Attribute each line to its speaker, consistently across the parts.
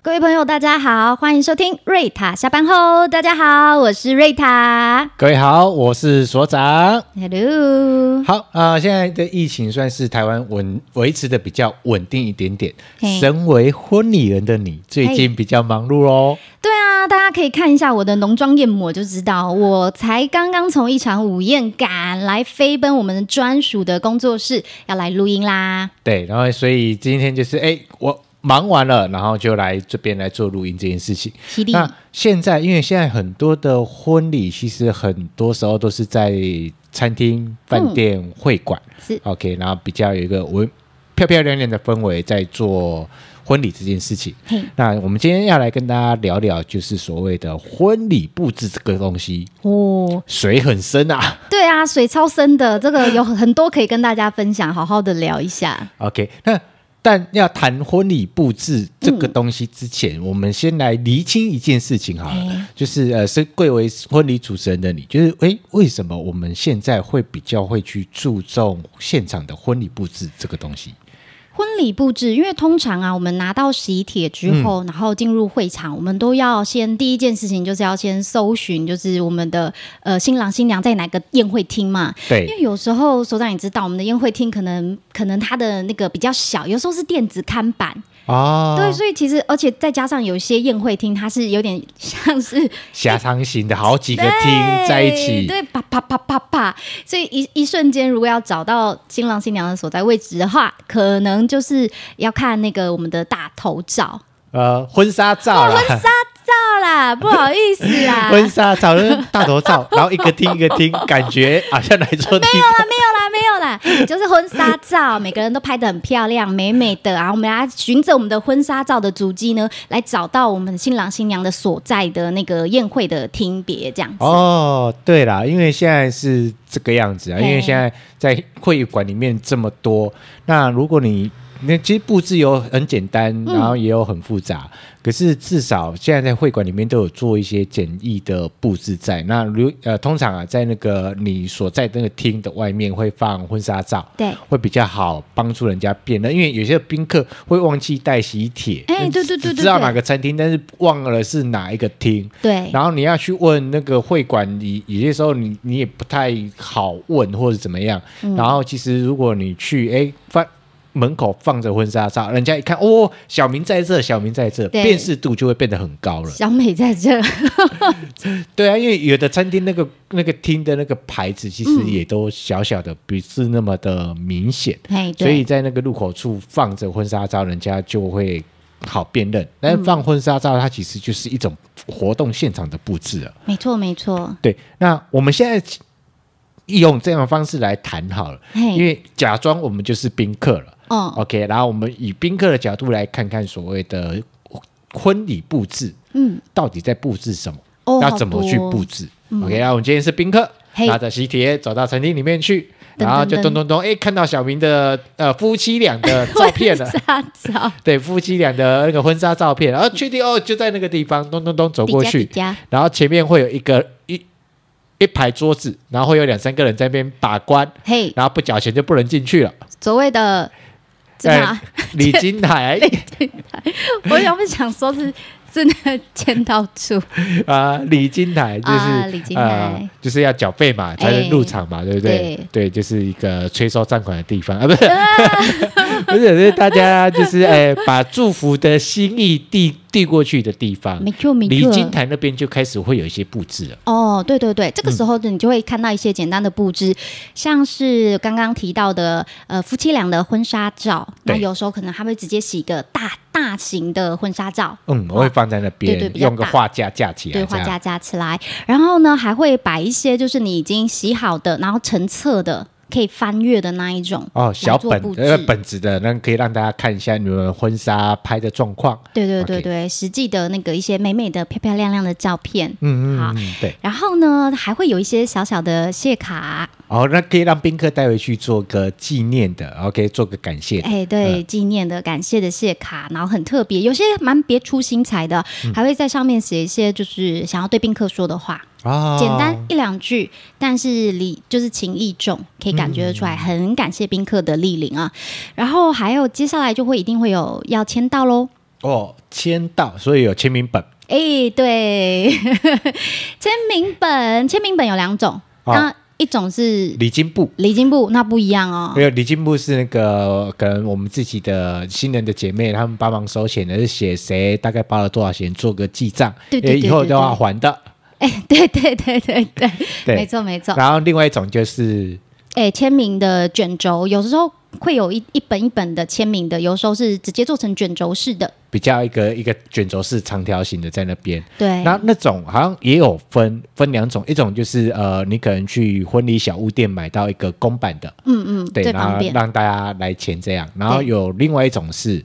Speaker 1: 各位朋友，大家好，欢迎收听瑞塔下班后。大家好，我是瑞塔。
Speaker 2: 各位好，我是所长。
Speaker 1: Hello，
Speaker 2: 好啊、呃现在的疫情算是台湾稳维持的比较稳定一点点
Speaker 1: 嘿。
Speaker 2: 身为婚礼人的你，最近比较忙碌哦。
Speaker 1: 对啊，大家可以看一下我的浓妆艳抹就知道，我才刚刚从一场午宴赶来飞奔我们专属的工作室，要来录音啦。
Speaker 2: 对，然后所以今天就是哎，我忙完了，然后就来这边来做录音这件事情。
Speaker 1: 犀利，
Speaker 2: 那现在，因为现在很多的婚礼，其实很多时候都是在餐厅、饭店、会馆，
Speaker 1: 嗯是
Speaker 2: OK，然后比较有一个文漂漂亮亮的氛围，在做婚礼这件事情。
Speaker 1: 嘿，
Speaker 2: 那我们今天要来跟大家聊聊，就是所谓的婚礼布置这个东西，
Speaker 1: 哦，
Speaker 2: 水很深啊。
Speaker 1: 对啊，水超深的，这个有很多可以跟大家分享，好好的聊一下。
Speaker 2: OK，那但要谈婚礼布置这个东西之前，我们先来厘清一件事情好
Speaker 1: 哎
Speaker 2: 了，就是呃，是贵为婚礼主持人的你，就是诶，为什么我们现在会比较会去注重现场的婚礼布置这个东西？
Speaker 1: 婚礼布置，因为通常啊，我们拿到喜帖之后，然后进入会场，我们都要先第一件事情就是要先搜寻，就是我们的呃新郎新娘在哪个宴会厅嘛。因
Speaker 2: 对，
Speaker 1: 为有时候所长也知道，我们的宴会厅可能可能它的那个比较小，有时候是电子看板，
Speaker 2: 啊，
Speaker 1: 对，所以其实而且再加上有一些宴会厅，它是有点像是
Speaker 2: 狭长型的好几个
Speaker 1: 对
Speaker 2: 厅在一起，
Speaker 1: 对，啪啪啪啪啪，所以一一瞬间，如果要找到新郎新娘的所在位置的话，可能就是要看那个我们的大头照。
Speaker 2: 呃，婚纱照啦，
Speaker 1: 照啦，不好意思啦，没有
Speaker 2: 婚纱照、就是大头照，然后一个听一个听，感觉好像来做地
Speaker 1: 啦，没有啦，没有啦，就是婚纱照，每个人都拍的很漂亮，美美的。然后我们来循着我们的婚纱照的足迹呢，来找到我们新郎新娘的所在的那个宴会的厅别，这样子。
Speaker 2: 哦，对啦，因为现在是这个样子啊，因
Speaker 1: 嘿
Speaker 2: 为现在在会馆里面这么多，那如果你那其实布置有很简单，
Speaker 1: 嗯
Speaker 2: 然后也有很复杂，可是至少现在在会馆里面都有做一些简易的布置在。那如呃，通常啊，在那个你所在那个厅的外面会放婚纱照，
Speaker 1: 对
Speaker 2: 会比较好帮助人家辨认，因为有些宾客会忘记带喜帖，
Speaker 1: 哎对对对
Speaker 2: 只
Speaker 1: 对
Speaker 2: 知道
Speaker 1: 对
Speaker 2: 哪个餐厅，但是忘了是哪一个厅，
Speaker 1: 对，
Speaker 2: 然后你要去问那个会馆，你有些时候你你也不太好问或者怎么样。
Speaker 1: 嗯
Speaker 2: 然后其实如果你去哎放门口放着婚纱照，人家一看哦，小明在这，小明在这，
Speaker 1: 对
Speaker 2: 辨识度就会变得很高了。
Speaker 1: 小美在这。
Speaker 2: 对啊，因为有的餐厅那个那个厅的那个牌子其
Speaker 1: 嗯
Speaker 2: 实也都小小的，不是那么的明显。
Speaker 1: 哎，
Speaker 2: 所
Speaker 1: 对，
Speaker 2: 以在那个入口处放着婚纱照，人家就会好辨认。但
Speaker 1: 嗯
Speaker 2: 是放婚纱照，它其实就是一种活动现场的布置了。
Speaker 1: 没错，没错。
Speaker 2: 对，那我们现在用这样的方式来谈好了，
Speaker 1: 嘿
Speaker 2: 因为假装我们就是宾客了。
Speaker 1: 哦，
Speaker 2: OK，然后我们以宾客的角度来看看所谓的婚礼布置
Speaker 1: 嗯，
Speaker 2: 到底在布置什么，
Speaker 1: 哦，
Speaker 2: 要
Speaker 1: 好
Speaker 2: 怎么去
Speaker 1: 多哦
Speaker 2: 布置。OK，那我们今天是宾客，
Speaker 1: 嘿
Speaker 2: 拿着喜帖走到餐厅里面去，
Speaker 1: 噔
Speaker 2: 然后就
Speaker 1: 噔噔。
Speaker 2: 咚咚咚，哎，看到小明的呃夫妻俩的照片了
Speaker 1: 啥照？
Speaker 2: 对夫妻俩的那个婚纱照片，然后确定哦，就在那个地方，咚咚咚走
Speaker 1: 底
Speaker 2: 过
Speaker 1: 加
Speaker 2: 去
Speaker 1: 底，加
Speaker 2: 然后前面会有一个一一排桌子，然后会有两三个人在那边把关，
Speaker 1: 嘿，
Speaker 2: 然后不缴钱就不能进去了。
Speaker 1: 所谓的怎么啊？
Speaker 2: 呃礼金台
Speaker 1: 我想不想说是 真的见到处？
Speaker 2: 啊，礼金台就是、
Speaker 1: 啊礼金台哎
Speaker 2: 呃就是要缴费嘛，才能入场嘛，对不对？对，就是一个催收账款的地方啊，不是， 不是，是大家就是哎，把祝福的心意递递过去的地方。
Speaker 1: 没错，没
Speaker 2: 礼金
Speaker 1: 错。
Speaker 2: 台那边就开始会有一些布置了。
Speaker 1: 哦，对对对，这个时候呢，你就会看到一些简单的布置，像是刚刚提到的，呃，夫妻俩的婚纱照。那
Speaker 2: 对
Speaker 1: 有时候可能他会直接洗一个大大型的婚纱照，
Speaker 2: 嗯，我会放在那边，
Speaker 1: 对对比较
Speaker 2: 用个
Speaker 1: 大
Speaker 2: 画架架起来，
Speaker 1: 对
Speaker 2: 这
Speaker 1: 画
Speaker 2: 样
Speaker 1: 架架起来，然后呢还会摆一些就是你已经洗好的，然后成册的可以翻阅的那一种
Speaker 2: 哦，小
Speaker 1: 来做
Speaker 2: 本
Speaker 1: 布置
Speaker 2: 呃本子的，那可以让大家看一下你们婚纱拍的状况。
Speaker 1: 对对对
Speaker 2: OK
Speaker 1: 对实际的那个一些美美的漂漂亮亮的照片，
Speaker 2: 嗯
Speaker 1: 好
Speaker 2: 嗯嗯，对。
Speaker 1: 然后呢还会有一些小小的谢卡，
Speaker 2: 哦，那可以让宾客带回去做个纪念的，OK，做个感谢嗯的。
Speaker 1: 哎，对，纪念的、感谢的谢卡，然后很特别，有些蛮别出心裁的，
Speaker 2: 嗯
Speaker 1: 还会在上面写一些就是想要对宾客说的话，
Speaker 2: 哦，
Speaker 1: 简单一两句，但是里就是情意重，可以感觉得出来，
Speaker 2: 嗯
Speaker 1: 很感谢宾客的莅临啊。然后还有接下来就会一定会有要签到喽。
Speaker 2: 哦，签到，所以有签名本。
Speaker 1: 哎、对， 签名本，签名本有两种，
Speaker 2: 哦
Speaker 1: 那一种是
Speaker 2: 礼金部
Speaker 1: 礼金簿，那不一样哦
Speaker 2: 没。有礼金部是那个可能我们自己的新人的姐妹，她们帮忙收钱的，是写谁大概花了多少钱，做个记账，
Speaker 1: 对对对
Speaker 2: 也以后
Speaker 1: 对
Speaker 2: 都要
Speaker 1: 对
Speaker 2: 还的。
Speaker 1: 哎、对对对对对，
Speaker 2: 对
Speaker 1: 没错没错。
Speaker 2: 然后另外一种就是
Speaker 1: 哎，签名的卷轴有时候会有一一本一本的签名的，有时候是直接做成卷轴式的。
Speaker 2: 比较一个一个卷轴式长条形的在那边。
Speaker 1: 对，
Speaker 2: 那那种好像也有分分两种，一种就是呃，你可能去婚礼小物店买到一个公版的，
Speaker 1: 嗯嗯，
Speaker 2: 对，
Speaker 1: 最
Speaker 2: 然
Speaker 1: 方
Speaker 2: 后
Speaker 1: 便。
Speaker 2: 让大家来签这样。然后
Speaker 1: 对
Speaker 2: 有另外一种是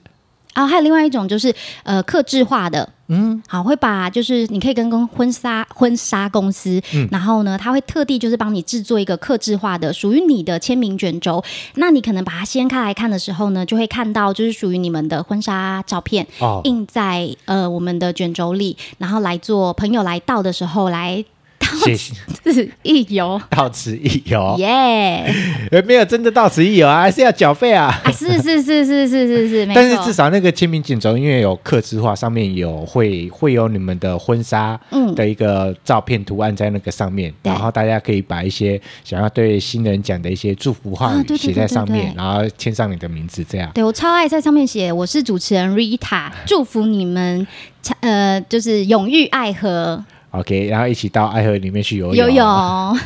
Speaker 1: 啊，还有另外一种就是呃，克制化的，嗯，好，会把就是你可以跟跟婚纱婚纱公司，
Speaker 2: 嗯
Speaker 1: 然后呢，他会特地就是帮你制作一个克制化的，属于你的签名卷轴。那你可能把它掀开来看的时候呢，就会看到就是属于你们的婚纱照片，
Speaker 2: 哦，
Speaker 1: 印在呃我们的卷轴里，然后来做朋友来到的时候来 哎
Speaker 2: 谢谢，
Speaker 1: 自一游，
Speaker 2: 到此一 游，
Speaker 1: 耶、
Speaker 2: 呃没有真的到此一游啊，还是要缴费啊。
Speaker 1: 啊！是是是是是是是，没
Speaker 2: 但是
Speaker 1: 错
Speaker 2: 至少那个签名锦轴，因为有刻字化，上面有会会有你们的婚纱
Speaker 1: 嗯
Speaker 2: 的一个照片图案在那个上面，
Speaker 1: 对
Speaker 2: 然后大家可以把一些想要对新人讲的一些祝福话
Speaker 1: 啊
Speaker 2: 语
Speaker 1: 对对
Speaker 2: 写在上面，
Speaker 1: 对对对
Speaker 2: 然后签上你的名字这样。
Speaker 1: 对我超爱在上面写，我是主持人 Rita，祝福你们，呃，就是永浴爱河，
Speaker 2: OK，然后一起到爱河里面去游
Speaker 1: 游
Speaker 2: 泳。
Speaker 1: 泳，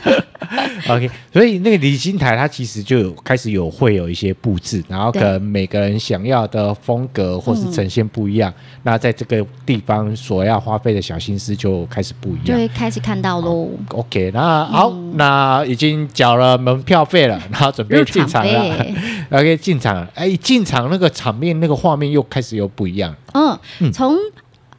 Speaker 2: OK，所以那个离心台它其实就有开始有会有一些布置，然后可
Speaker 1: 对
Speaker 2: 能每个人想要的风格或是呈现不一样，那在这个地方所要花费的小心思就开始不一
Speaker 1: 就
Speaker 2: 样。
Speaker 1: 会开始看到喽。
Speaker 2: OK，那好，
Speaker 1: 嗯
Speaker 2: 那已经缴了门票费了，然后准备
Speaker 1: 入
Speaker 2: 进
Speaker 1: 场
Speaker 2: 场了
Speaker 1: 费。
Speaker 2: OK，进场了，哎，一进场那个场面那个画面又开始又不一样了。
Speaker 1: 嗯，从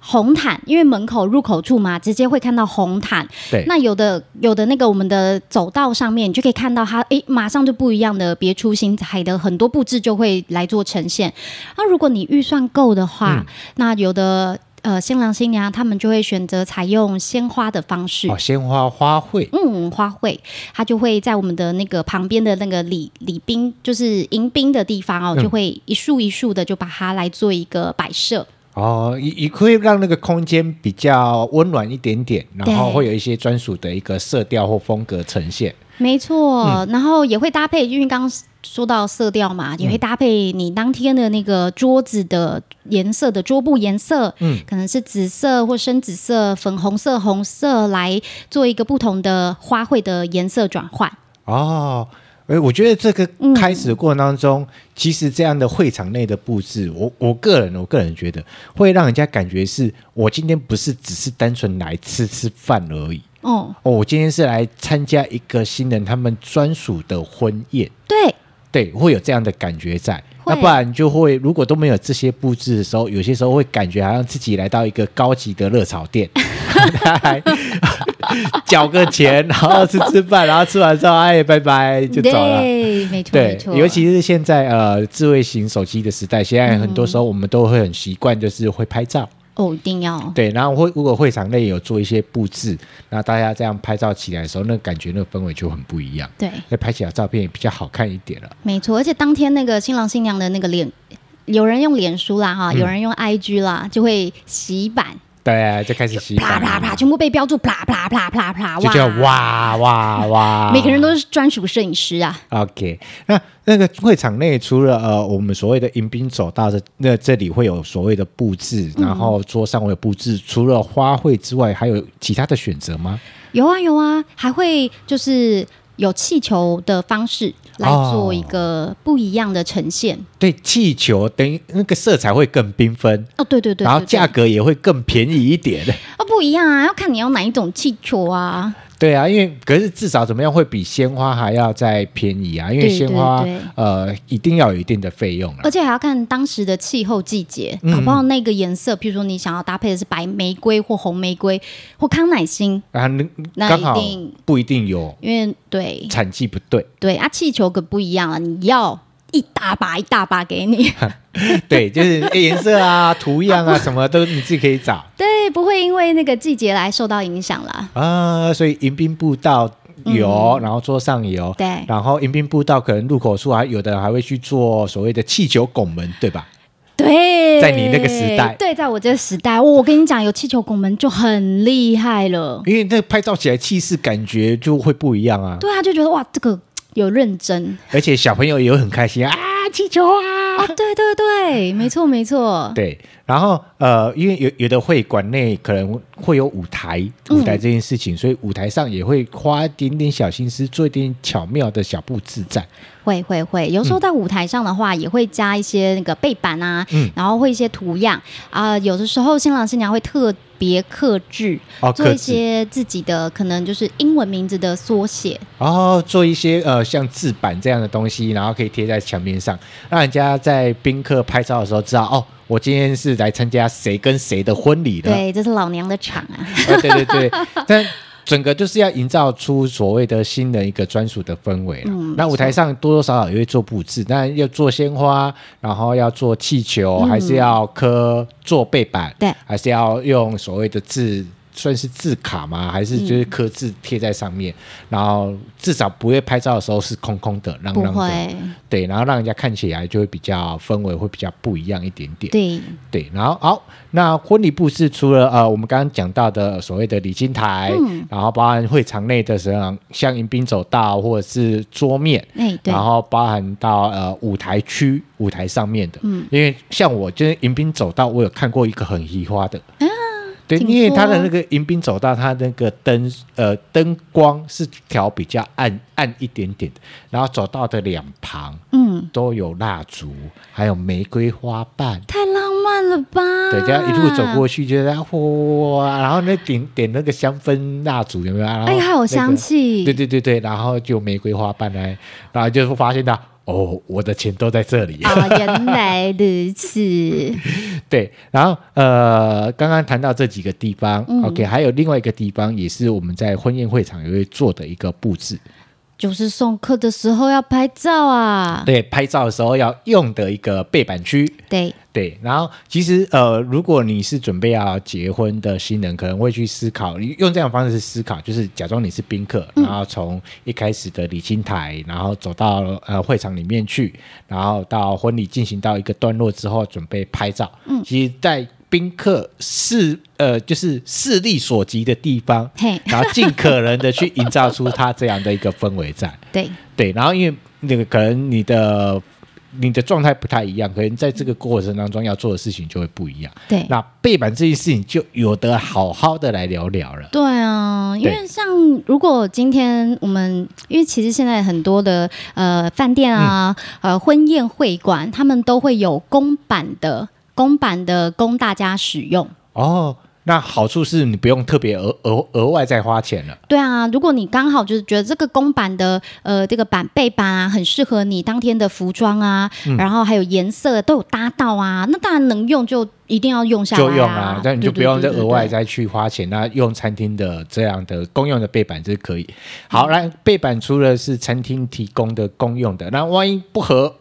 Speaker 1: 红毯，因为门口入口处嘛，直接会看到红毯。
Speaker 2: 对
Speaker 1: 那有的有的那个我们的走道上面，你就可以看到它，诶，马上就不一样的别出心裁的很多布置就会来做呈现。那如果你预算够的
Speaker 2: 嗯
Speaker 1: 话，那有的呃新郎新娘他们就会选择采用鲜花的方式。
Speaker 2: 哦，鲜花花卉，
Speaker 1: 嗯，花卉，它就会在我们的那个旁边的那个礼礼宾，就是迎宾的地方哦，
Speaker 2: 嗯
Speaker 1: 就会一束一束的就把它来做一个摆设。
Speaker 2: 哦，也也可以让那个空间比较温暖一点点，然后
Speaker 1: 对
Speaker 2: 会有一些专属的一个色调或风格呈现。
Speaker 1: 没错，
Speaker 2: 嗯
Speaker 1: 然后也会搭配，因为刚刚说到色调嘛，也会搭配你当天的那个桌子的颜色的桌布颜色，
Speaker 2: 嗯
Speaker 1: 嗯，可能是紫色或深紫色、粉红色、红色来做一个不同的花卉的颜色转换。
Speaker 2: 哦，哎、我觉得这个开始的过程当中，其实这样的会场内的布置，我我个人我个人觉得会让人家感觉是我今天不是只是单纯来吃吃饭而已。
Speaker 1: 哦，
Speaker 2: 哦，我今天是来参加一个新人他们专属的婚宴，
Speaker 1: 对，
Speaker 2: 对，会有这样的感觉在。
Speaker 1: 会
Speaker 2: 那不然就会，如果都没有这些布置的时候，有些时候会感觉好像自己来到一个高级的热炒店， 他还缴个钱，然后吃吃饭，然后吃完之后，哎，拜拜就走了。
Speaker 1: 对，没错，没
Speaker 2: 对，
Speaker 1: 错，
Speaker 2: 尤其是现在呃智慧型手机的时代，现在很多时候我们都会很习惯，就是会拍照。
Speaker 1: 哦，一定要
Speaker 2: 对，然后会如果会场内有做一些布置，那大家这样拍照起来的时候，那感觉那个氛围就很不一样，
Speaker 1: 对，
Speaker 2: 那拍起来照片也比较好看一点了。
Speaker 1: 没错，而且当天那个新郎新娘的那个脸，有人用脸书啦
Speaker 2: 嗯
Speaker 1: 哈，有人用 IG 啦，就会洗版。
Speaker 2: 对啊，就开始洗
Speaker 1: 啪
Speaker 2: 版
Speaker 1: 啪啪，
Speaker 2: 了，
Speaker 1: 全部被标注啪啪啪啪啪，
Speaker 2: 就
Speaker 1: 哇！
Speaker 2: 叫哇哇哇，
Speaker 1: 每个人都是专属摄影师啊，
Speaker 2: OK，那那个会场内除了呃我们所谓的迎宾走道这那这里会有所谓的布置，然后桌上会有布置，除了花卉之外，还有其他的选择吗？
Speaker 1: 有啊有啊，还会就是有气球的方式来做一个不一样的呈现。
Speaker 2: 对，气球等于那个色彩会更缤纷，
Speaker 1: 哦，对对对对
Speaker 2: 然后
Speaker 1: 对
Speaker 2: 价格也会更便宜一 点。
Speaker 1: 哦不一样啊，要看你要哪一种气球啊。
Speaker 2: 对啊，因为可是至少怎么样会比鲜花还要再便宜啊，因为
Speaker 1: 对
Speaker 2: 鲜花
Speaker 1: 对对
Speaker 2: 呃一定要有一定的费用啊了
Speaker 1: 而。且还要看当时的气候季节，
Speaker 2: 嗯
Speaker 1: 搞不好那个颜色，譬如说你想要搭配的是白玫瑰或红玫瑰或康乃馨，
Speaker 2: 啊，那
Speaker 1: 那
Speaker 2: 刚好
Speaker 1: 一定
Speaker 2: 不一定有
Speaker 1: 因为对
Speaker 2: 产季不对，
Speaker 1: 对啊，气球可不一样啊，你要一大把一大把给你。
Speaker 2: 对，就是诶颜色啊、图样啊什么都你自己可以找。
Speaker 1: 对，不会因为那个季节来受到影响啦。
Speaker 2: 啊，所以迎宾步道有，然后桌上有，
Speaker 1: 对
Speaker 2: 然后迎宾啊步道可能入口处还有的人还会去做所谓的气球拱门，对吧？
Speaker 1: 对，对，
Speaker 2: 在你那个时代
Speaker 1: 对，在我这个时代，我我跟你讲，有气球拱门就很厉害了。
Speaker 2: 因为那个拍照起来气势感觉就会不一样啊，
Speaker 1: 对啊，就觉得哇，这个有认真
Speaker 2: 而且小朋友也会很开心啊，气球啊，
Speaker 1: 啊！对对对，没错没错，
Speaker 2: 对，然后呃，因为有有的会馆内可能会有舞台，舞台这件事情，所以舞台上也会花一点点小心思，做一点巧妙的小布置在。
Speaker 1: 会会会。有时候在舞台上的话，也会加一些那个背板啊，
Speaker 2: 嗯
Speaker 1: 然后会一些图样啊、有的时候新郎新娘会特别克制，
Speaker 2: 哦，
Speaker 1: 做
Speaker 2: 各
Speaker 1: 一
Speaker 2: 自
Speaker 1: 些自己的可能就是英文名字的缩写。
Speaker 2: 然后做一些呃像字板这样的东西，然后可以贴在墙面上，让人家在宾客拍照的时候知道哦，我今天是来参加谁跟谁的婚礼的。
Speaker 1: 对，这是老娘的场啊！
Speaker 2: 啊，对对对，但整个就是要营造出所谓的新的一个专属的氛围了。
Speaker 1: 嗯
Speaker 2: 那舞台上多多少少也会做布置，但要做鲜花，然后要做气球，还是要刻做背板，
Speaker 1: 嗯对
Speaker 2: 还是要用所谓的字。算是字卡吗？还
Speaker 1: 嗯
Speaker 2: 是就是刻字贴在上面，然后至少不会拍照的时候是空空的、浪
Speaker 1: 不
Speaker 2: 浪的，
Speaker 1: 会，
Speaker 2: 对，然后让人家看起来就会比较氛围会比较不一样一点点。
Speaker 1: 对，
Speaker 2: 对，然后好，那婚礼布置除了呃我们刚刚讲到的所谓的礼金台，
Speaker 1: 嗯
Speaker 2: 然后包含会场内的像像迎宾走道或者是桌面，
Speaker 1: 哎、对
Speaker 2: 然，后包含到呃舞台区舞台上面的，嗯，因为像我就是迎宾走道，我有看过一个很移花的，对，
Speaker 1: 啊请
Speaker 2: 因为它的
Speaker 1: 说
Speaker 2: 那个迎宾走道，它那个灯呃灯光是调比较暗暗一点点的，然后走道的两旁
Speaker 1: 嗯，
Speaker 2: 都有蜡烛，还有玫瑰花瓣。
Speaker 1: 太浪漫了吧？
Speaker 2: 对，这样一路走过去，就在哗，然后那点点那个香氛蜡烛有没有？然后、
Speaker 1: 哎，还有香。气，
Speaker 2: 哦对对对对，然后就玫瑰花瓣来，然后就发现到哦，我的钱都在 这里。
Speaker 1: 啊、原来如 此，
Speaker 2: 对，然后呃，刚刚谈到这几个地方、o
Speaker 1: 嗯
Speaker 2: k 还有另外一个地方也是我们在婚宴会场也会做的一个布置，
Speaker 1: 就是送客的时候要拍照啊。
Speaker 2: 对，拍照的时候要用的一个背板区。
Speaker 1: 对，
Speaker 2: 对，然后其实呃，如果你是准备要结婚的新人，可能会去思考，你用这样的方式思考，就是假装你是宾客，然后从一开始的礼金台，然后走到呃会场里面去，然后到婚礼进行到一个段落之后，准备拍照。嗯，其实，在宾客视呃就是视力所及的地方
Speaker 1: 嘿，
Speaker 2: 然后尽可能的去营造出他这样的一个氛围在。
Speaker 1: 对，
Speaker 2: 对，然后因为那个可能你的你的状态不太一样，可能在这个过程当中要做的事情就会不一样。
Speaker 1: 对
Speaker 2: 那背板这件事情就有的好好的来聊聊了。
Speaker 1: 对啊，因为
Speaker 2: 对
Speaker 1: 像如果今天我们，因为其实现在很多的呃饭店啊、
Speaker 2: 嗯
Speaker 1: 呃婚宴会馆，他们都会有公版的。公版的供大家使用，
Speaker 2: 哦，那好处是你不用特别额额额外再花钱了。
Speaker 1: 对啊，如果你刚好就是觉得这个公版的呃这个版背板啊，很适合你当天的服装啊，
Speaker 2: 嗯
Speaker 1: 然后还有颜色都有搭到啊，那当然能用就一定要用下来、
Speaker 2: 就
Speaker 1: 啊，
Speaker 2: 用啊，但你
Speaker 1: 对
Speaker 2: 就不用再
Speaker 1: 对对
Speaker 2: 额外
Speaker 1: 对
Speaker 2: 再去花钱。那用餐厅的这样的公用的背板这是可以。
Speaker 1: 嗯
Speaker 2: 好，那背板除了是餐厅提供的公用的，那万一不合，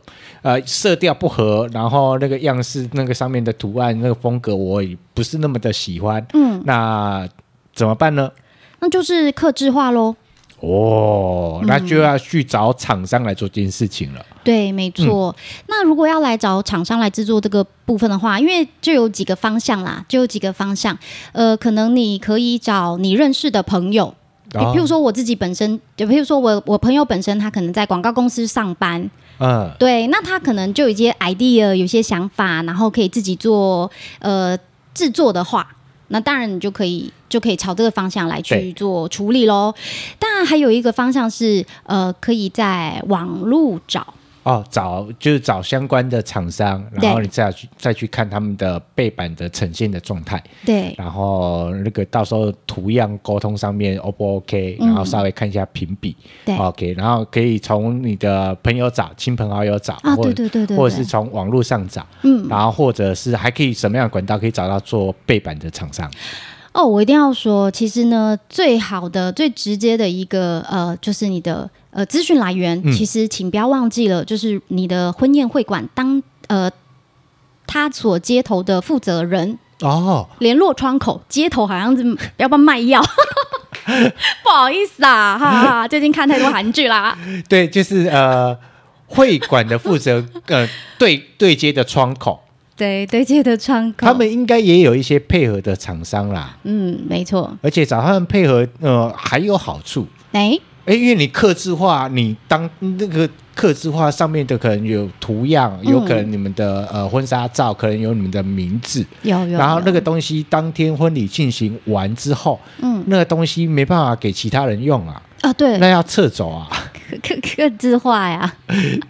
Speaker 2: 呃，色调不合，然后那个样式、那个上面的图案、那个风格，我也不是那么的喜欢。嗯，那怎么办呢？
Speaker 1: 那就是克制化喽。
Speaker 2: 哦，
Speaker 1: 嗯
Speaker 2: 那就要去找厂商来做这件事情了。
Speaker 1: 对，没错。
Speaker 2: 嗯
Speaker 1: 那如果要来找厂商来制作这个部分的话，因为就有几个方向啦，就有几个方向。呃，可能你可以找你认识的朋友，比
Speaker 2: 哦
Speaker 1: 譬如说我自己本身，就譬如说我我朋友本身他可能在广告公司上班，
Speaker 2: 嗯，
Speaker 1: 对，那他可能就有一些 idea，有一些想法，然后可以自己做呃制作的话，那当然你就可以就可以朝这个方向来去
Speaker 2: 对
Speaker 1: 做处理喽。当然还有一个方向是呃可以在网路找。
Speaker 2: 哦，找就是找相关的厂商，然后
Speaker 1: 对
Speaker 2: 你再去再去看他们的背板的呈现的状态。
Speaker 1: 对，
Speaker 2: 然后那个到时候图样沟通上面 O 不 OK，
Speaker 1: 嗯
Speaker 2: 然后稍微看一下评比，
Speaker 1: 对
Speaker 2: o k 然后可以从你的朋友找、亲朋好友找，
Speaker 1: 啊
Speaker 2: 或者
Speaker 1: 对对对对对
Speaker 2: 或者是从网络上找，
Speaker 1: 嗯，
Speaker 2: 然后或者是还可以什么样的管道可以找到做背板的厂商？
Speaker 1: 哦，我一定要说，其实呢，最好的、最直接的一个呃，就是你的呃资讯来源。
Speaker 2: 嗯
Speaker 1: 其实，请不要忘记了，就是你的婚宴会馆当呃他所接头的负责人。
Speaker 2: 哦，
Speaker 1: 联络窗口接头好像是要不要卖药， 不好意思啊，哈哈，最近看太多韩剧啦。
Speaker 2: 对，就是呃，会馆的负责呃对对接的窗口。
Speaker 1: 对对接的窗口，
Speaker 2: 他们应该也有一些配合的厂商啦，
Speaker 1: 嗯，没错，
Speaker 2: 而且找他们配合，呃，还有好处。
Speaker 1: 哎，
Speaker 2: 哎，因为你刻字化，你当那个刻字化上面的可能有图样，
Speaker 1: 嗯
Speaker 2: 有可能你们的、呃婚纱照，可能有你们的名字，
Speaker 1: 有有，
Speaker 2: 然后那
Speaker 1: 有
Speaker 2: 个东西当天婚礼进行完之后，
Speaker 1: 嗯
Speaker 2: 那个东西没办法给其他人用啊，
Speaker 1: 啊，对，
Speaker 2: 那要撤走啊。
Speaker 1: 客客客制化呀，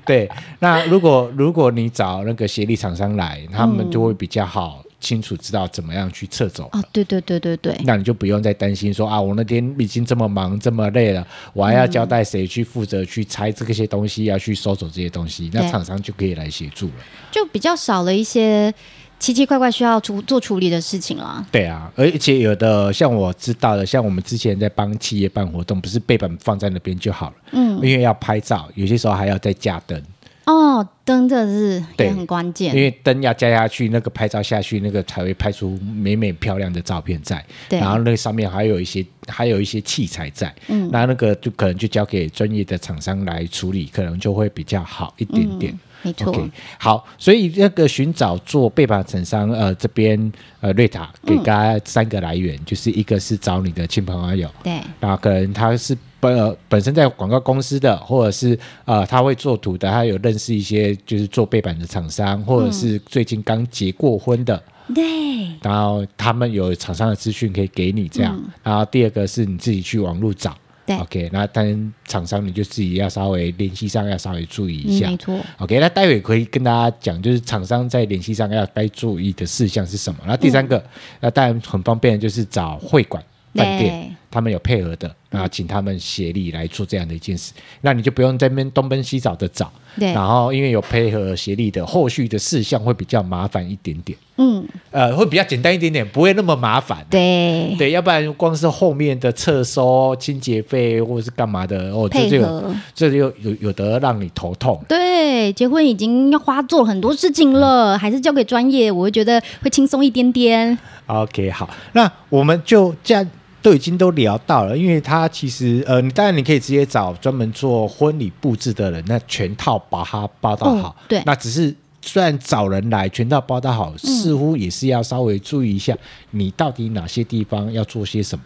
Speaker 2: 对，那如果如果你找那个协力厂商来，他们就会比较好清楚知道怎么样去撤走。
Speaker 1: 嗯哦，对对对对对，
Speaker 2: 那你就不用再担心说啊，我那天已经这么忙这么累了，我还要交代谁去负责去拆这些东西，要去收走这些东西，那
Speaker 1: 对
Speaker 2: 厂商就可以来协助了。
Speaker 1: 就比较少了一些奇奇怪怪需要处做处理的事情啦。
Speaker 2: 对啊，而且有的像我知道的，像我们之前在帮企业办活动，不是背板放在那边就好了，
Speaker 1: 嗯，
Speaker 2: 因为要拍照，有些时候还要再加灯，
Speaker 1: 哦，灯真的是
Speaker 2: 对
Speaker 1: 也很关
Speaker 2: 因
Speaker 1: 键，
Speaker 2: 为灯要加下去，那个拍照下去，那个才会拍出美美漂亮的照片在。
Speaker 1: 对
Speaker 2: 然后那个上面还有一些还有一些器材在，嗯，那那个就可能就交给专业的厂商来处理，可能就会比较好一点点。
Speaker 1: 嗯没错。
Speaker 2: OK，好，所以那个寻找做背板厂商，呃，这边呃瑞塔给
Speaker 1: 嗯
Speaker 2: 大家三个来源，就是一个是找你的亲朋好友，
Speaker 1: 对，
Speaker 2: 那可能他是本、呃、本身在广告公司的，或者是呃他会做图的，他有认识一些就是做背板的厂商，或者是最近刚结过婚的，
Speaker 1: 对，
Speaker 2: 然后他们有厂商的资讯可以给你这样。然后第二个是你自己去网络找。
Speaker 1: 嗯对
Speaker 2: OK，那当然厂商你就自己要稍微联系上要稍微注意一
Speaker 1: 嗯
Speaker 2: 下。
Speaker 1: 没错。
Speaker 2: OK，那待会可以跟大家讲，就是厂商在联系上要该注意的事项是什么。然后第三
Speaker 1: 嗯
Speaker 2: 个，那当然很方便的就是找会馆饭
Speaker 1: 对嗯
Speaker 2: 店，他们有配合的，然后请他们协力来做这样的一件事，那你就不用在那边东奔西找的找。
Speaker 1: 对
Speaker 2: 然后因为有配合协力的，后续的事项会比较麻烦一点点，
Speaker 1: 嗯，
Speaker 2: 呃，会比较简单一点点，不会那么麻烦。
Speaker 1: 对，
Speaker 2: 对，要不然光是后面的撤收、清洁费或者是干嘛的，哦，这
Speaker 1: 配
Speaker 2: 就有
Speaker 1: 合
Speaker 2: 这就有有有的让你头痛。
Speaker 1: 对，结婚已经要花做很多事情了，还是交给专业，我会觉得会轻松一点点。
Speaker 2: OK，好，那我们就这样都已经都聊到了，因为他其实呃，你当然你可以直接找专门做婚礼布置的人，那全套把它包到好。
Speaker 1: 嗯对
Speaker 2: 那只是虽然找人来全套包到好，似乎也是要稍微注意一下，你到底哪些地方要做些什么，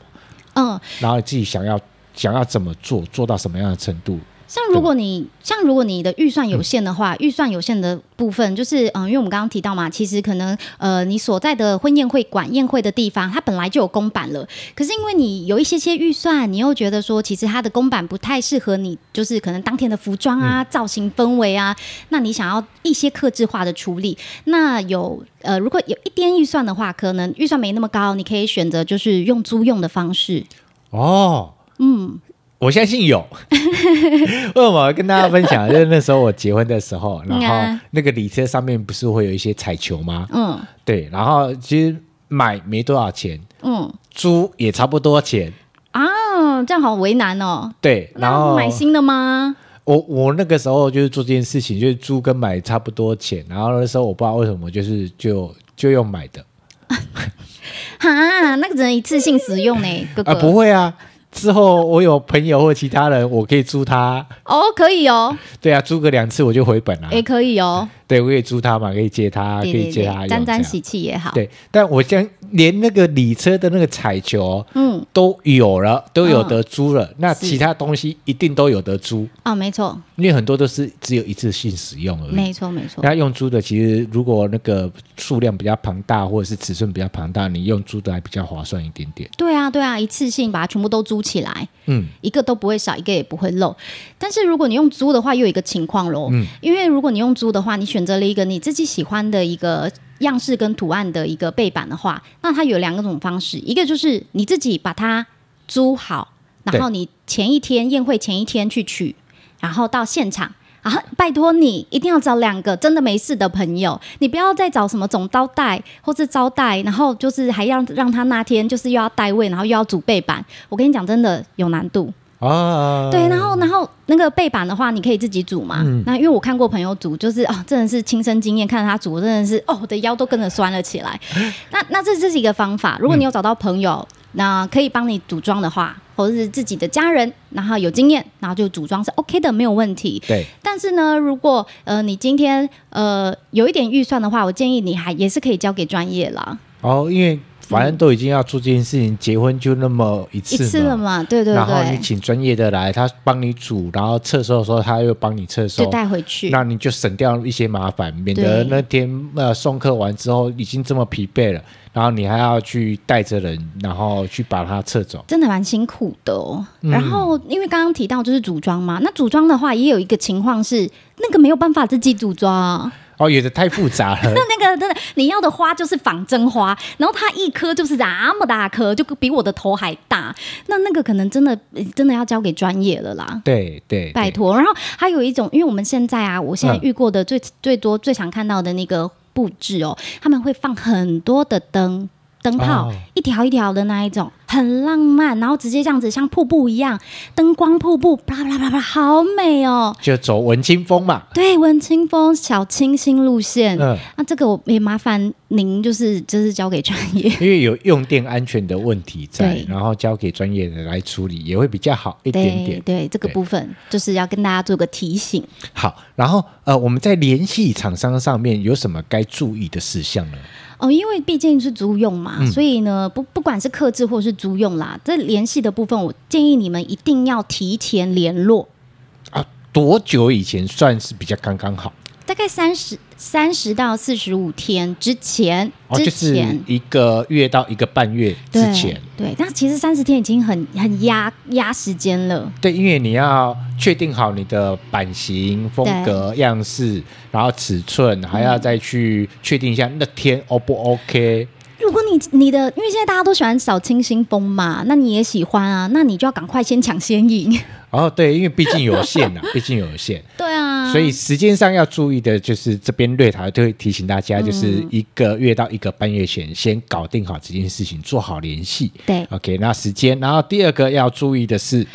Speaker 1: 嗯，
Speaker 2: 然后自己想要想要怎么做，做到什么样的程度。
Speaker 1: 像如果你像如果你的预算有限的话，预算有限的部分就是，嗯、因为我们刚刚提到嘛，其实可能呃，你所在的婚宴会馆、宴会的地方，它本来就有公版了，可是因为你有一些些预算，你又觉得说，其实它的公版不太适合你，就是可能当天的服装啊、造型、氛围啊，那你想要一些克制化的处理，那有呃，如果有一点预算的话，可能预算没那么高，你可以选择就是用租用的方式，
Speaker 2: 哦，嗯，我相信 有。为什么要跟大家分享？就是那时候我结婚的时候，然
Speaker 1: 嗯
Speaker 2: 后
Speaker 1: 啊
Speaker 2: 那个礼车上面不是会有一些彩球吗？
Speaker 1: 嗯
Speaker 2: 对，然后其实买没多少钱，
Speaker 1: 嗯
Speaker 2: 租也差不多钱。
Speaker 1: 啊，这样好为难哦。
Speaker 2: 对，然
Speaker 1: 那
Speaker 2: 后
Speaker 1: 买新的吗？
Speaker 2: 我我那个时候就是做这件事情，就是租跟买差不多钱。然后那时候我不知道为什么，就是就就用买的
Speaker 1: 哈，那个只能一次性使用呢，哥哥。
Speaker 2: 啊，不会啊。之后我有朋友或其他人，我可以租他。
Speaker 1: 哦，可以哦，
Speaker 2: 对啊，租个两次我就回本了、
Speaker 1: 也、可以哦，
Speaker 2: 对，我可以租他嘛，可以借他，啊可
Speaker 1: 对
Speaker 2: 以
Speaker 1: 对
Speaker 2: 借他
Speaker 1: 对，
Speaker 2: 用
Speaker 1: 沾沾
Speaker 2: 这样
Speaker 1: 喜气也好。
Speaker 2: 对，但我将连那个礼车的那个彩球哦
Speaker 1: 嗯，
Speaker 2: 都有了，都有
Speaker 1: 嗯
Speaker 2: 得租了，那
Speaker 1: 是
Speaker 2: 其他东西一定都有得租，
Speaker 1: 啊、没错，
Speaker 2: 因为很多都是只有一次性使用而已。
Speaker 1: 没错，没错。
Speaker 2: 那用租的，其实如果那个数量比较庞大，或者是尺寸比较庞大，你用租的还比较划算一点点。
Speaker 1: 对啊，对啊，一次性把它全部都租起来，
Speaker 2: 嗯，
Speaker 1: 一个都不会少，一个也不会漏。但是如果你用租的话，又有一个情况喽，因为如果你用租的话，你选择了一个你自己喜欢的一个样式跟图案的一个背板的话，那它有两种方式，一个就是你自己把它租好，然后你前一天宴会前一天去取，然后到现场。啊，拜托你一定要找两个真的没事的朋友，你不要再找什么总招待或是招待，然后就是还要让他那天就是又要带位，然后又要组背板。我跟你讲，真的有难度。
Speaker 2: 啊，
Speaker 1: 对，然后然后那个背板的话，你可以自己煮嘛。
Speaker 2: 嗯
Speaker 1: 那因为我看过朋友煮，就是哦，真的是亲身经验，看着他
Speaker 2: 嗯
Speaker 1: 煮，真的是哦，我的腰都跟着酸了起来。那那这这是一个方法，如果你有找到朋友。那可以帮你组装的话，或者是自己的家人，然后有经验，然后就组装是 OK 的，没有问题。
Speaker 2: 对，
Speaker 1: 但是呢，如果呃你今天呃有一点预算的话，我建议你还也是可以交给专业啦，
Speaker 2: 哦，因为反正都已经要做这件事情，结婚就那么一次
Speaker 1: 一次了嘛，对对
Speaker 2: 然后你
Speaker 1: 对，
Speaker 2: 请专业的来，他帮你煮，然后测收的时候他又帮你测
Speaker 1: 就
Speaker 2: 收，
Speaker 1: 带回去。
Speaker 2: 那你就省掉一些麻烦，免得
Speaker 1: 对
Speaker 2: 那天呃送客完之后已经这么疲惫了，然后你还要去带着人，然后去把它撤走。
Speaker 1: 真的蛮辛苦的哦。然后，因为刚刚提到就是组装嘛，那组装的话也有一个情况是，那个没有办法自己组装啊，
Speaker 2: 哦，有的太复杂 了，
Speaker 1: 那个真的你要的花就是仿真花，然后它一颗就是那么大颗，就比我的头还大。那那个可能真的呃真的要交给专业了啦。
Speaker 2: 对对，
Speaker 1: 拜
Speaker 2: 对
Speaker 1: 托，然后还有一种，因为我们现在啊，我现在
Speaker 2: 嗯
Speaker 1: 遇过的最、最多最常看到的那个布置哦，他们会放很多的灯灯泡，
Speaker 2: 哦
Speaker 1: 一条一条的那一种，很浪漫，然后直接这样子像瀑布一样，灯光瀑布，巴拉巴拉巴拉，好美哦。
Speaker 2: 就走文青风嘛。
Speaker 1: 对，文清风小清新路线，那、
Speaker 2: 嗯，
Speaker 1: 这个我也麻烦您，就是就是交给专业。
Speaker 2: 因为有用电安全的问题在
Speaker 1: 对，
Speaker 2: 然后交给专业的来处理，也会比较好一点
Speaker 1: 对
Speaker 2: 点。
Speaker 1: 对，这个
Speaker 2: 对
Speaker 1: 部分就是要跟大家做个提醒。
Speaker 2: 好，然后呃，我们在联系厂商上面有什么该注意的事项呢？
Speaker 1: 哦，因为毕竟是租用嘛，
Speaker 2: 嗯
Speaker 1: 所以呢，不不管是客制或是租用啦，这联系的部分，我建议你们一定要提前联络，
Speaker 2: 啊，多久以前算是比较刚刚好？
Speaker 1: 大概三十三十到四十五天之前，
Speaker 2: 哦，
Speaker 1: 之
Speaker 2: 就是
Speaker 1: 前。
Speaker 2: 一个月到一个半月之
Speaker 1: 对
Speaker 2: 前。
Speaker 1: 对，但其实三十天已经很很压压时间了，
Speaker 2: 对，因为你要确定好你的版型、风格、样式，然后尺寸，还要再去确定一下那天 O 不 OK。
Speaker 1: 如果你你的，因为现在大家都喜欢小清新风嘛，那你也喜欢啊，那你就要赶快先抢先赢。
Speaker 2: 然后哦对，因为毕竟有限啊呐，毕竟有限，
Speaker 1: 对啊，
Speaker 2: 所以时间上要注意的就是这边略台就会提醒大家，
Speaker 1: 嗯
Speaker 2: 就是一个月到一个半月前先搞定好这件事情，做好联系。
Speaker 1: 对，
Speaker 2: OK，那时间，然后第二个要注意的是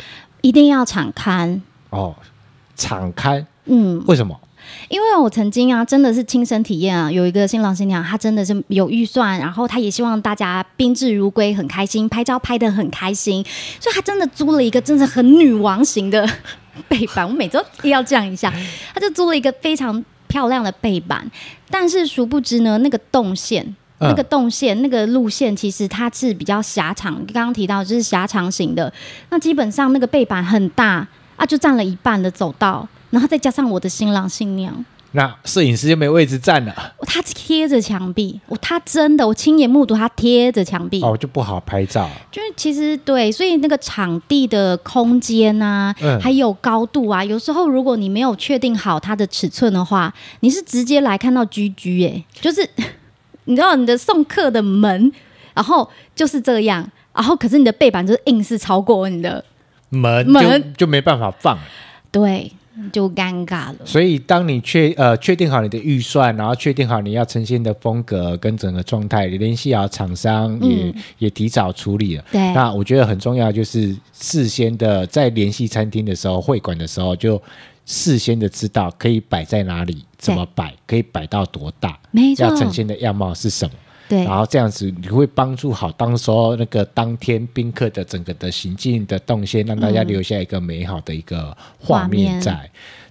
Speaker 1: 一定要敞开。
Speaker 2: 哦，敞开
Speaker 1: 嗯，
Speaker 2: 为什么？
Speaker 1: 因为我曾经啊，真的是亲身体验啊，有一个新郎新娘，她真的是有预算，然后她也希望大家宾至如归，很开心，拍照拍得很开心，所以她真的租了一个真的很女王型的背板，我每周都要这样一下，她就租了一个非常漂亮的背板，但是殊不知呢，那个动线。
Speaker 2: 嗯
Speaker 1: 那个动线、那个路线，其实它是比较狭长。刚刚提到就是狭长型的，那基本上那个背板很大啊，就占了一半的走道，然后再加上我的新郎新娘，
Speaker 2: 那摄影师就没位置站了，
Speaker 1: 他贴着墙壁，我他真的，我亲眼目睹他贴着墙壁，
Speaker 2: 哦，就不好拍照。
Speaker 1: 就是其实对，所以那个场地的空间啊，
Speaker 2: 嗯
Speaker 1: 还有高度啊，有时候如果你没有确定好它的尺寸的话，你是直接来看到居居耶，就是 你知道你的送客的门，然后就是这样，然后可是你的背板就是硬是超过你的，
Speaker 2: 门就
Speaker 1: 门
Speaker 2: 就没办法放。
Speaker 1: 对，就尴尬了。
Speaker 2: 所以，当你确呃确定好你的预算，然后确定好你要呈现的风格跟整个状态，联系好厂商也、也提早处理了。
Speaker 1: 嗯对
Speaker 2: 那我觉得很重要就是事先的在联系餐厅的时候、会馆的时候，就事先的知道可以摆在哪里、怎么摆，可以摆到多大，
Speaker 1: 没错
Speaker 2: 要呈现的样貌是什么。
Speaker 1: 对，
Speaker 2: 然后这样子你会帮助好当时候那个当天宾客的整个的行进的动线，让大家留下一个美好的一个嗯画面在。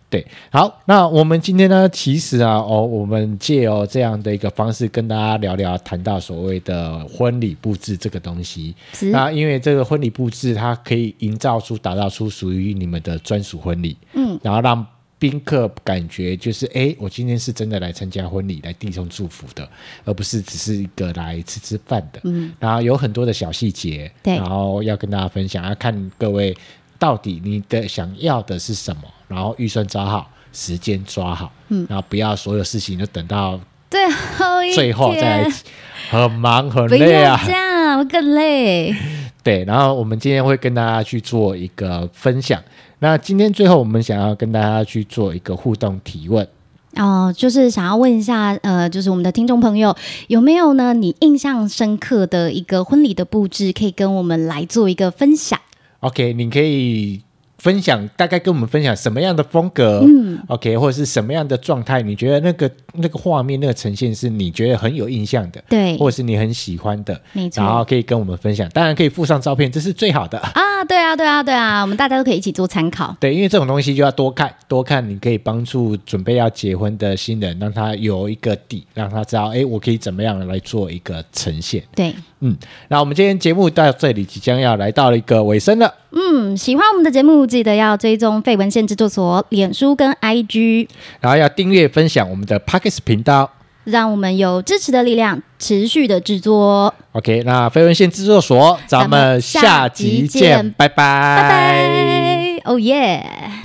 Speaker 2: 对，好，那我们今天呢，其实啊，哦，我们借由这样的一个方式跟大家聊聊，谈到所谓的婚礼布置这个东西。
Speaker 1: 是
Speaker 2: 那因为这个婚礼布置，它可以营造出、打造出属于你们的专属婚礼，嗯，然后让宾客感觉就是，哎，我今天是真的来参加婚礼，来递送祝福的，而不是只是一个来吃吃饭的。嗯，然后有很多的小细节，
Speaker 1: 对
Speaker 2: 然后要跟大家分享，要看各位到底你的想要的是什么，然后预算抓好，时间抓好，嗯，然后不要所有事情都等到
Speaker 1: 最后一
Speaker 2: 最后再来
Speaker 1: 天
Speaker 2: 一起，很忙很
Speaker 1: 不
Speaker 2: 累
Speaker 1: 要
Speaker 2: 啊。
Speaker 1: 这样，我更累。
Speaker 2: 对，然后我们今天会跟大家去做一个分享。那今天最后，我们想要跟大家去做一个互动提问。
Speaker 1: 哦，就是想要问一下，呃，就是我们的听众朋友有没有呢？你印象深刻的一个婚礼的布置，可以跟我们来做一个分享。
Speaker 2: OK，你可以分享，大概跟我们分享什么样的风格，嗯，OK，或者是什么样的状态，你觉得那个那个画面那个呈现是你觉得很有印象的，
Speaker 1: 对
Speaker 2: 或者是你很喜欢的，
Speaker 1: 没错
Speaker 2: 哦然后可以跟我们分享，当然可以附上照片，这是最好的。
Speaker 1: 啊，对啊，对啊，对啊，我们大家都可以一起做参考。
Speaker 2: 对，因为这种东西就要多看多看，你可以帮助准备要结婚的新人，让他有一个底，让他知道，哎，我可以怎么样来做一个呈现。
Speaker 1: 对，
Speaker 2: 嗯，那我们今天节目到这里，即将要来到了一个尾声了。
Speaker 1: 嗯，喜欢我们的节目，记得要追踪废文献制作所脸书跟 IG，
Speaker 2: 然后要订阅分享我们的 Pockets 频道。
Speaker 1: 让我们有支持的力量，持续的制作。
Speaker 2: OK，那飞文献制作所，咱
Speaker 1: 咱
Speaker 2: 们
Speaker 1: 们
Speaker 2: 下
Speaker 1: 下
Speaker 2: 集
Speaker 1: 集
Speaker 2: 见，
Speaker 1: 见
Speaker 2: 拜拜，
Speaker 1: 拜拜，哦耶！